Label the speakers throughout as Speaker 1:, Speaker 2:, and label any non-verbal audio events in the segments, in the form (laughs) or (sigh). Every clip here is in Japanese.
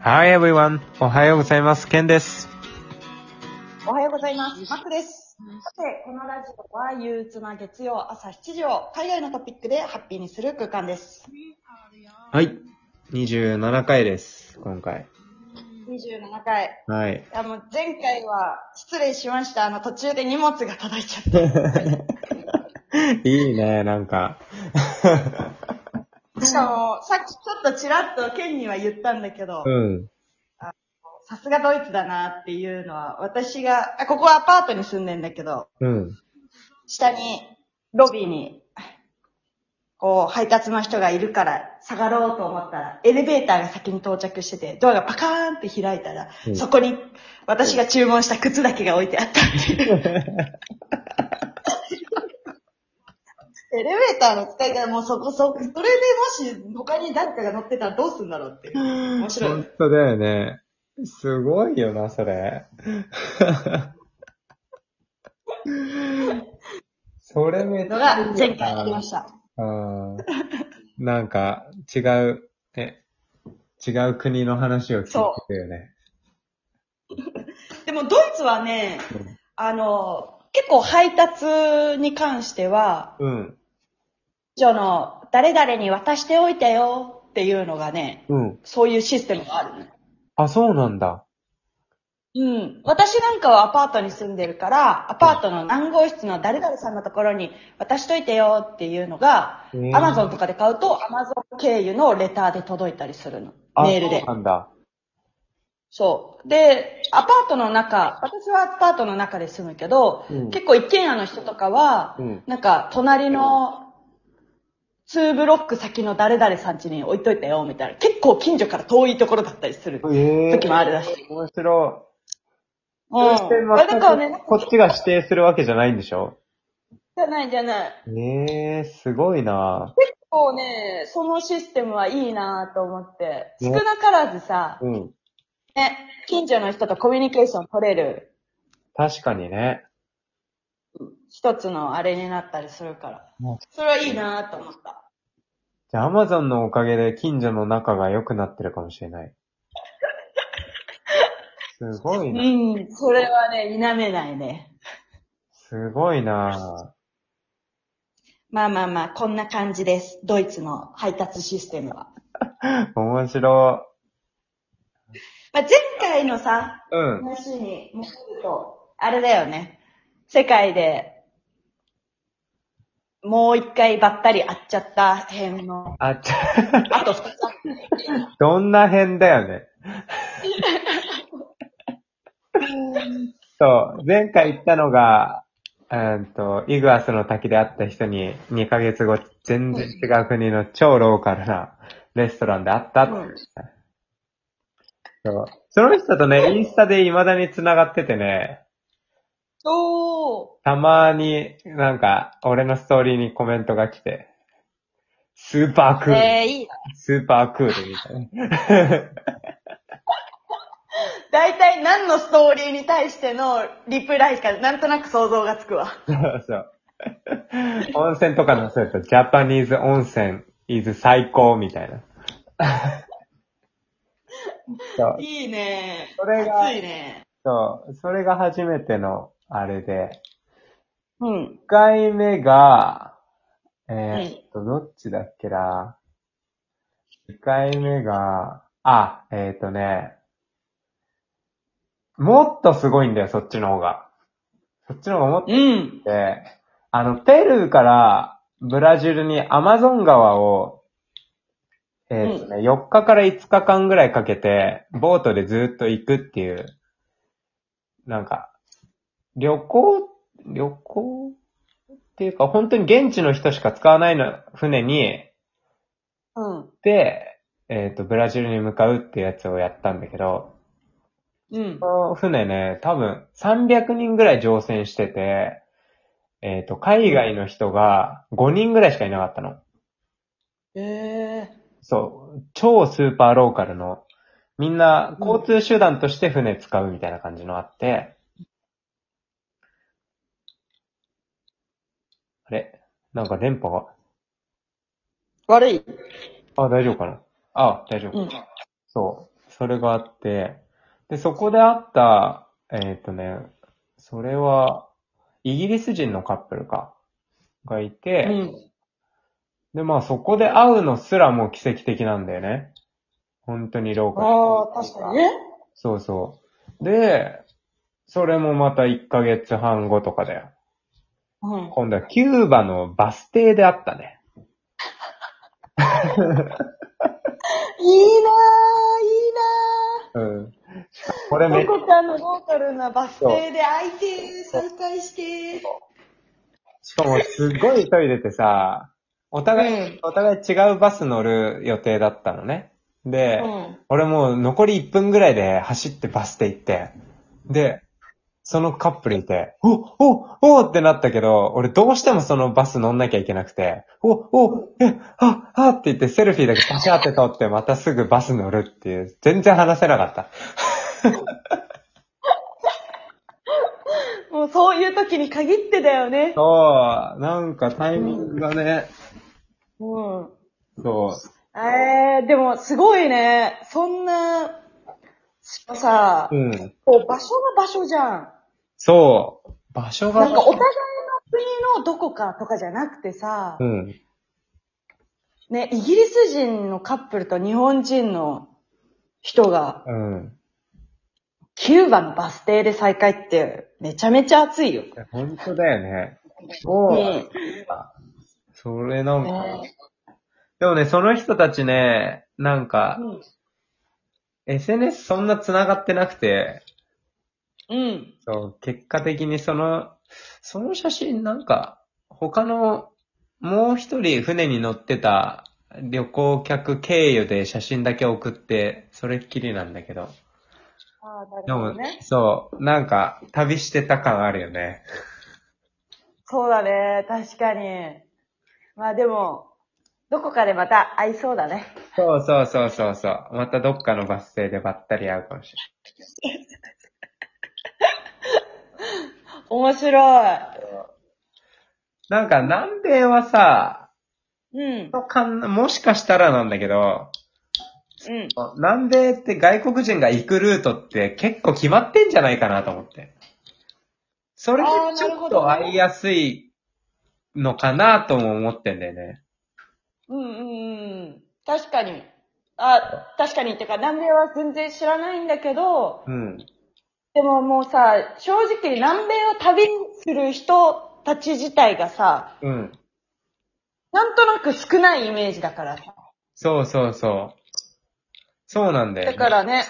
Speaker 1: Hi everyone! おはようございます。ケンです。
Speaker 2: おはようございます。マックです。さて、このラジオは憂鬱な月曜朝7時を海外のトピックでハッピーにする空間です。
Speaker 1: はい。27回です。今回。
Speaker 2: 27回。
Speaker 1: はい。
Speaker 2: あの、前回は失礼しました。あの、途中で荷物が届いちゃった。
Speaker 1: いいね、 (laughs) なんか。
Speaker 2: しかも、さっきちょっとちらっとケンには言ったんだけど
Speaker 1: う、ん。
Speaker 2: さすがドイツだなっていうのは、私が、あここはアパートに住んでんだけど、
Speaker 1: うん。
Speaker 2: 下に、ロビーに、こう、配達の人がいるから、下がろうと思ったら、エレベーターが先に到着してて、ドアがパカーンって開いたら、
Speaker 1: うん
Speaker 2: そこに、私が注文した靴だけが置いてあったって
Speaker 1: (laughs)
Speaker 2: いう。エレベーターの使い方もうそこそ、それでもし他に誰かが乗ってたらどうすんだろうっていう。面白い。
Speaker 1: 本当だよね。すごいよな、そ (laughs) れ。それめっち
Speaker 2: の
Speaker 1: ゃいいよ
Speaker 2: が
Speaker 1: な。
Speaker 2: 前回ありました。
Speaker 1: うん。なんか、違う、ね、違う国の話を聞いてくよね。
Speaker 2: でもドイツはね、あの、結構配達に関しては、
Speaker 1: うん。
Speaker 2: 所の、誰々に渡しておいてよっていうのがね、
Speaker 1: うん。
Speaker 2: そういうシステムがあるね。
Speaker 1: あ、そうなんだ。
Speaker 2: うん。私なんかはアパートに住んでるから、アパートの何号室の誰々さんのところに渡しといてよっていうのが、
Speaker 1: うん
Speaker 2: Amazon とかで買うと Amazon 経由のレターで届いたりするの。
Speaker 1: あ
Speaker 2: メール
Speaker 1: そ
Speaker 2: で
Speaker 1: う。なんだ。
Speaker 2: そう。で、アパートの中、私はアパートの中で住むけど、
Speaker 1: うん
Speaker 2: 結構一軒家の人とかは、
Speaker 1: うん
Speaker 2: なんか隣の2ブロック先の誰々さん家に置いといたよ、みたいな。結構近所から遠いところだったりする
Speaker 1: え
Speaker 2: 時もあるらしい。
Speaker 1: 面白い。
Speaker 2: う
Speaker 1: そ
Speaker 2: ん。
Speaker 1: して
Speaker 2: まあだからね、
Speaker 1: 全くこっちが指定するわけじゃないんでしょ
Speaker 2: じゃないじゃない。
Speaker 1: ええすごいな
Speaker 2: 結構ね、そのシステムはいいなと思って、
Speaker 1: ね
Speaker 2: 少なからずさ、
Speaker 1: うん。
Speaker 2: ね、近所の人とコミュニケーション取れる
Speaker 1: 確かにね。
Speaker 2: 一つのあれになったりするから
Speaker 1: ね。
Speaker 2: それはいいなと思った。
Speaker 1: じゃあ、アマゾンのおかげで近所の仲が良くなってるかもしれ
Speaker 2: (laughs)
Speaker 1: ない。すごいな。
Speaker 2: うん、それはね、否めないね。
Speaker 1: すごいな
Speaker 2: まあまあまあ、こんな感じです。ドイツの配達システムは。
Speaker 1: 面白
Speaker 2: まあ、前回のさ、
Speaker 1: い。うん。
Speaker 2: 話に戻ると、あれだよね。世界で、もう一回ばったり会っちゃった辺の、
Speaker 1: あ、ちょ、
Speaker 2: あと二つあっ
Speaker 1: どんな辺だよね。そう、前回言ったのが、うーんと、イグアスの滝で会った人に2ヶ月後、全然違う国の超ローカルなレストランで会ったっていう、そう。その人とね、インスタで未だに繋がっててね、
Speaker 2: た。お
Speaker 1: たまになんか、俺のストーリーにコメントが来て、スーパーク
Speaker 2: ー。
Speaker 1: ール、
Speaker 2: えー、いいな。
Speaker 1: スーパークールみたいな。
Speaker 2: 大体何のストーリーに対してのリプライか、なんとなく想像がつくわ。
Speaker 1: そうそう。温泉とかのせると、ジャパニーズ温泉 is 最高みたいな。そう。
Speaker 2: いいね
Speaker 1: それが
Speaker 2: 熱いね。
Speaker 1: そう。それが初めてのあれで。
Speaker 2: うん。
Speaker 1: 一回目が、えーっと、どっちだっけな。一回目が、あ、えーっとね、もっとすごいんだよ、そっちの方が。そっちの方がもっと
Speaker 2: うん。
Speaker 1: で、あの、ペルーからブラジルにアマゾン川を、えーっとね、4日から5日間ぐらいかけて、ボートでずっと行くっていう、なんか、旅行、旅行っていうか、本当に現地の人しか使わないの、船に、
Speaker 2: うん。
Speaker 1: で、えーっ、と、ブラジルに向かうってやつをやったんだけど、
Speaker 2: うん。
Speaker 1: この船ね、多分300人ぐらい乗船してて、えっ、と、海外の人が5人ぐらいしかいなかったの。
Speaker 2: ええ
Speaker 1: そう、超スーパーローカルの、みんな
Speaker 2: うん
Speaker 1: 交通手段として船使うみたいな感じのあって、あれなんか電波が、
Speaker 2: 悪い。
Speaker 1: あ、大丈夫かなあ、大丈夫。
Speaker 2: うん。
Speaker 1: そう。それがあって、で、そこで会った、えーっ、とね、それは、イギリス人のカップルか、がいて、
Speaker 2: うん。
Speaker 1: で、まあそこで会うのすらもう奇跡的なんだよね。本当にローカル。
Speaker 2: ああ、確かにね。
Speaker 1: そうそう。で、それもまた1ヶ月半後とかだよ。
Speaker 2: うん。
Speaker 1: 今度はキューバのバス停で会ったね。
Speaker 2: いいな
Speaker 1: うん。これ
Speaker 2: ぁ、い
Speaker 1: め
Speaker 2: いなぁ。とこちゃんのローカルなバス停で会いてー、
Speaker 1: そう
Speaker 2: 再会してー。
Speaker 1: しかもすっごい急いでてさ、お互い、
Speaker 2: うん
Speaker 1: お互い違うバス乗る予定だったのね。で、
Speaker 2: うん。
Speaker 1: 俺もう残り1分ぐらいで走ってバス停行って、で、そのカップルいて、おおおってなったけど、俺どうしてもそのバス乗んなきゃいけなくて、おおえ、ああって言ってセルフィーだけパシャって撮ってまたすぐバス乗るっていう、全然話せなかった。
Speaker 2: もうそういう時に限ってだよね。
Speaker 1: そう、なんかタイミングがね、
Speaker 2: うん。
Speaker 1: そ
Speaker 2: えー、でもすごいね。そんな、しかもさ
Speaker 1: う、、うん、
Speaker 2: こう場所が場所じゃん。
Speaker 1: そう、場所が、
Speaker 2: なんかお互いの国のどこかとかじゃなくてさ
Speaker 1: う、ん、
Speaker 2: ね、イギリス人のカップルと日本人の人が、
Speaker 1: うん。
Speaker 2: キューバのバス停で再会って、めちゃめちゃ暑いよ。
Speaker 1: 本当だよね。そう、
Speaker 2: ね
Speaker 1: それなんか、
Speaker 2: ね
Speaker 1: でもね、その人たちね、なんか、
Speaker 2: うん。
Speaker 1: SNS そんな繋がってなくて、
Speaker 2: うん。
Speaker 1: そう、結果的にその、その写真なんか、他の、もう一人船に乗ってた旅行客経由で写真だけ送って、それっきりなんだけど。
Speaker 2: ああ、
Speaker 1: で
Speaker 2: なるほ
Speaker 1: も、
Speaker 2: どね。
Speaker 1: そう、なんか、旅してた感あるよね。
Speaker 2: そうだね。確かに。まあでも、どこかでまた会いそうだね。
Speaker 1: そうそうそうそうそう。またどっかのバス停でばったり会うかもし
Speaker 2: 面白い。
Speaker 1: れない。なんか、南米はさ、
Speaker 2: うん。
Speaker 1: のかんもしかしたらなんだけど、
Speaker 2: うん。
Speaker 1: 南米って外国人が行くルートって結構決まってんじゃないかなと思って。それで
Speaker 2: あー
Speaker 1: ち
Speaker 2: な
Speaker 1: ょ
Speaker 2: るほ
Speaker 1: っ
Speaker 2: ど
Speaker 1: と会いやすいのかなとも思ってんだよね。
Speaker 2: うんうんうん。確かに。あ、確かに。てか、南米は全然知らないんだけど、
Speaker 1: うん。
Speaker 2: でももうさ、正直南米を旅する人たち自体がさ、
Speaker 1: うん。
Speaker 2: なんとなく少ないイメージだからさ。
Speaker 1: そうそうそう。そうなんだよ、
Speaker 2: だ
Speaker 1: ね。
Speaker 2: からね、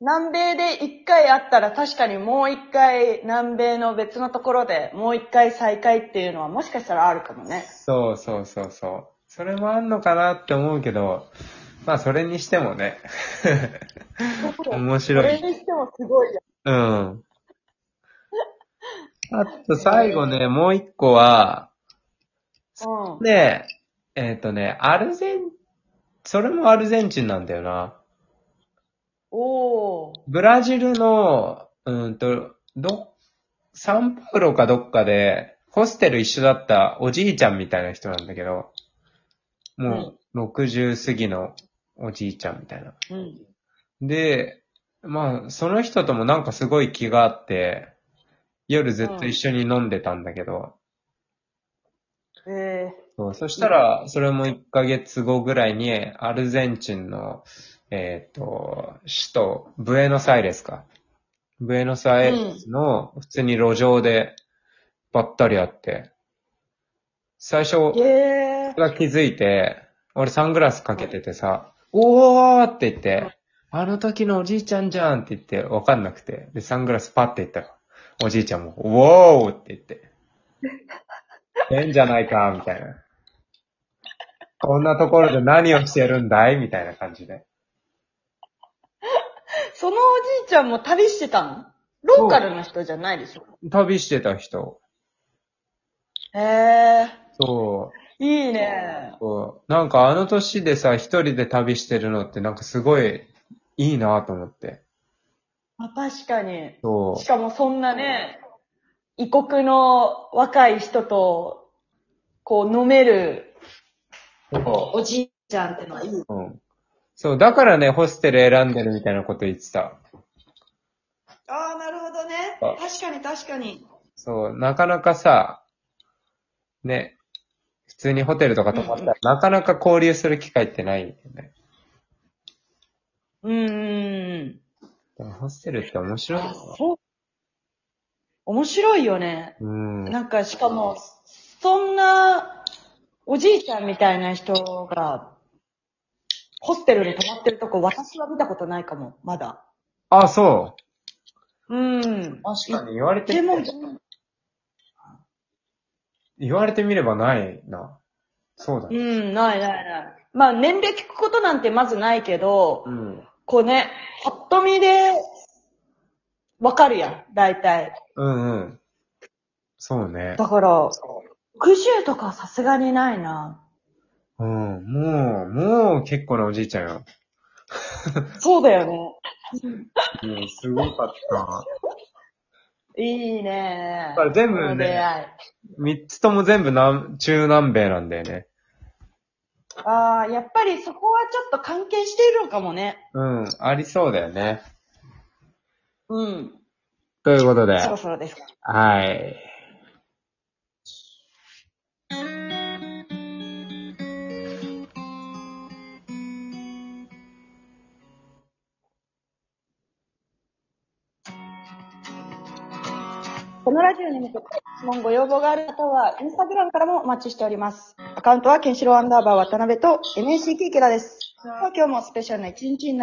Speaker 2: 南米で一回会ったら確かにもう一回南米の別のところでもう一回再会っていうのはもしかしたらあるかもね。
Speaker 1: そうそうそうそう。それもあんのかなって思うけど、まあそれにしてもね。面
Speaker 2: そ
Speaker 1: 白い。
Speaker 2: れにしてもすごいじ
Speaker 1: うん。あと最後ね、もう一個は、
Speaker 2: ゃん。うん。
Speaker 1: ね、えっ、とね、アルゼン、それもアルゼンチンなんだよな。
Speaker 2: おー。
Speaker 1: ブラジルの、うんと、ど、サンパウロかどっかで、ホステル一緒だったおじいちゃんみたいな人なんだけど、もう60過ぎのおじいちゃんみたいな。
Speaker 2: うん。
Speaker 1: で、まあ、その人ともなんかすごい気があって、夜ずっと一緒に飲んでたんだけど、
Speaker 2: え
Speaker 1: そうそしたら、それも1ヶ月後ぐらいに、アルゼンチンの、えっ、と、首都、ブエノサイレスか。ブエノサイレスの、普通に路上で、ばったり会って、最初、
Speaker 2: ー、え
Speaker 1: が気づいて、俺サングラスかけててさ、おーって言って、あの時のおじいちゃんじゃんって言って、わかんなくて。で、サングラスパって言ったら、おじいちゃんも、おーって言って。変じゃないか、みたいな。こんなところで何をしてるんだいみたいな感じで。
Speaker 2: ー、そのおじいちゃんも旅してたのローカルの人じゃないでしょ
Speaker 1: 旅してた人。
Speaker 2: へえー。
Speaker 1: そう。
Speaker 2: いいね。
Speaker 1: そうなんかあの年でさ、一人で旅してるのってなんかすごいいいなと思って。
Speaker 2: まあ、確かに。
Speaker 1: そ
Speaker 2: しかもそんなね、異国の若い人と、こう飲める
Speaker 1: う。そ
Speaker 2: おじいちゃんってのはいい。
Speaker 1: う。うん。そう、だからね、ホステル選んでるみたいなこと言ってた。
Speaker 2: ああ、なるほどね
Speaker 1: あ。
Speaker 2: 確かに確かに。
Speaker 1: そう、なかなかさ、ね、普通にホテルとか泊まったら、なかなか交流する機会ってないんだよね。
Speaker 2: うーん。
Speaker 1: でもホステルって面白いよ
Speaker 2: あそう。面白いよね。
Speaker 1: うん。
Speaker 2: なんかしかも、そんな、おじいちゃんみたいな人が、ホステルに泊まってるとこ、私は見たことないかも、まだ。
Speaker 1: あ、そう。
Speaker 2: う
Speaker 1: 確
Speaker 2: ん。
Speaker 1: かに言われて
Speaker 2: でも、
Speaker 1: 言われてみればないな。そうだ
Speaker 2: う
Speaker 1: ね。
Speaker 2: ん、ないないない。まあ、年齢聞くことなんてまずないけど、
Speaker 1: うん。
Speaker 2: こうね、ぱっと見で、わかるやん、大体。
Speaker 1: うんうん。そうね。
Speaker 2: だから、60とかはさすがにないな。
Speaker 1: うん。もう、もう結構なおじいちゃんよ。
Speaker 2: そうだよ
Speaker 1: うん、すごかった。
Speaker 2: ね。いいね
Speaker 1: だから全部ね
Speaker 2: この出会い
Speaker 1: 三つとも全部南、中南米なんだよね。
Speaker 2: ああ、やっぱりそこはちょっと関係しているのかもね。
Speaker 1: うん、ありそうだよね。
Speaker 2: うん。
Speaker 1: ということで。
Speaker 2: そろそろですか。
Speaker 1: はい。
Speaker 2: このラジオに向けて質問ご要望がある方は、インスタグラムからもお待ちしております。アカウントは、ケンシロウアンダーバー渡辺と NAC キーケラです。さあ今日もスペシャルな一日になり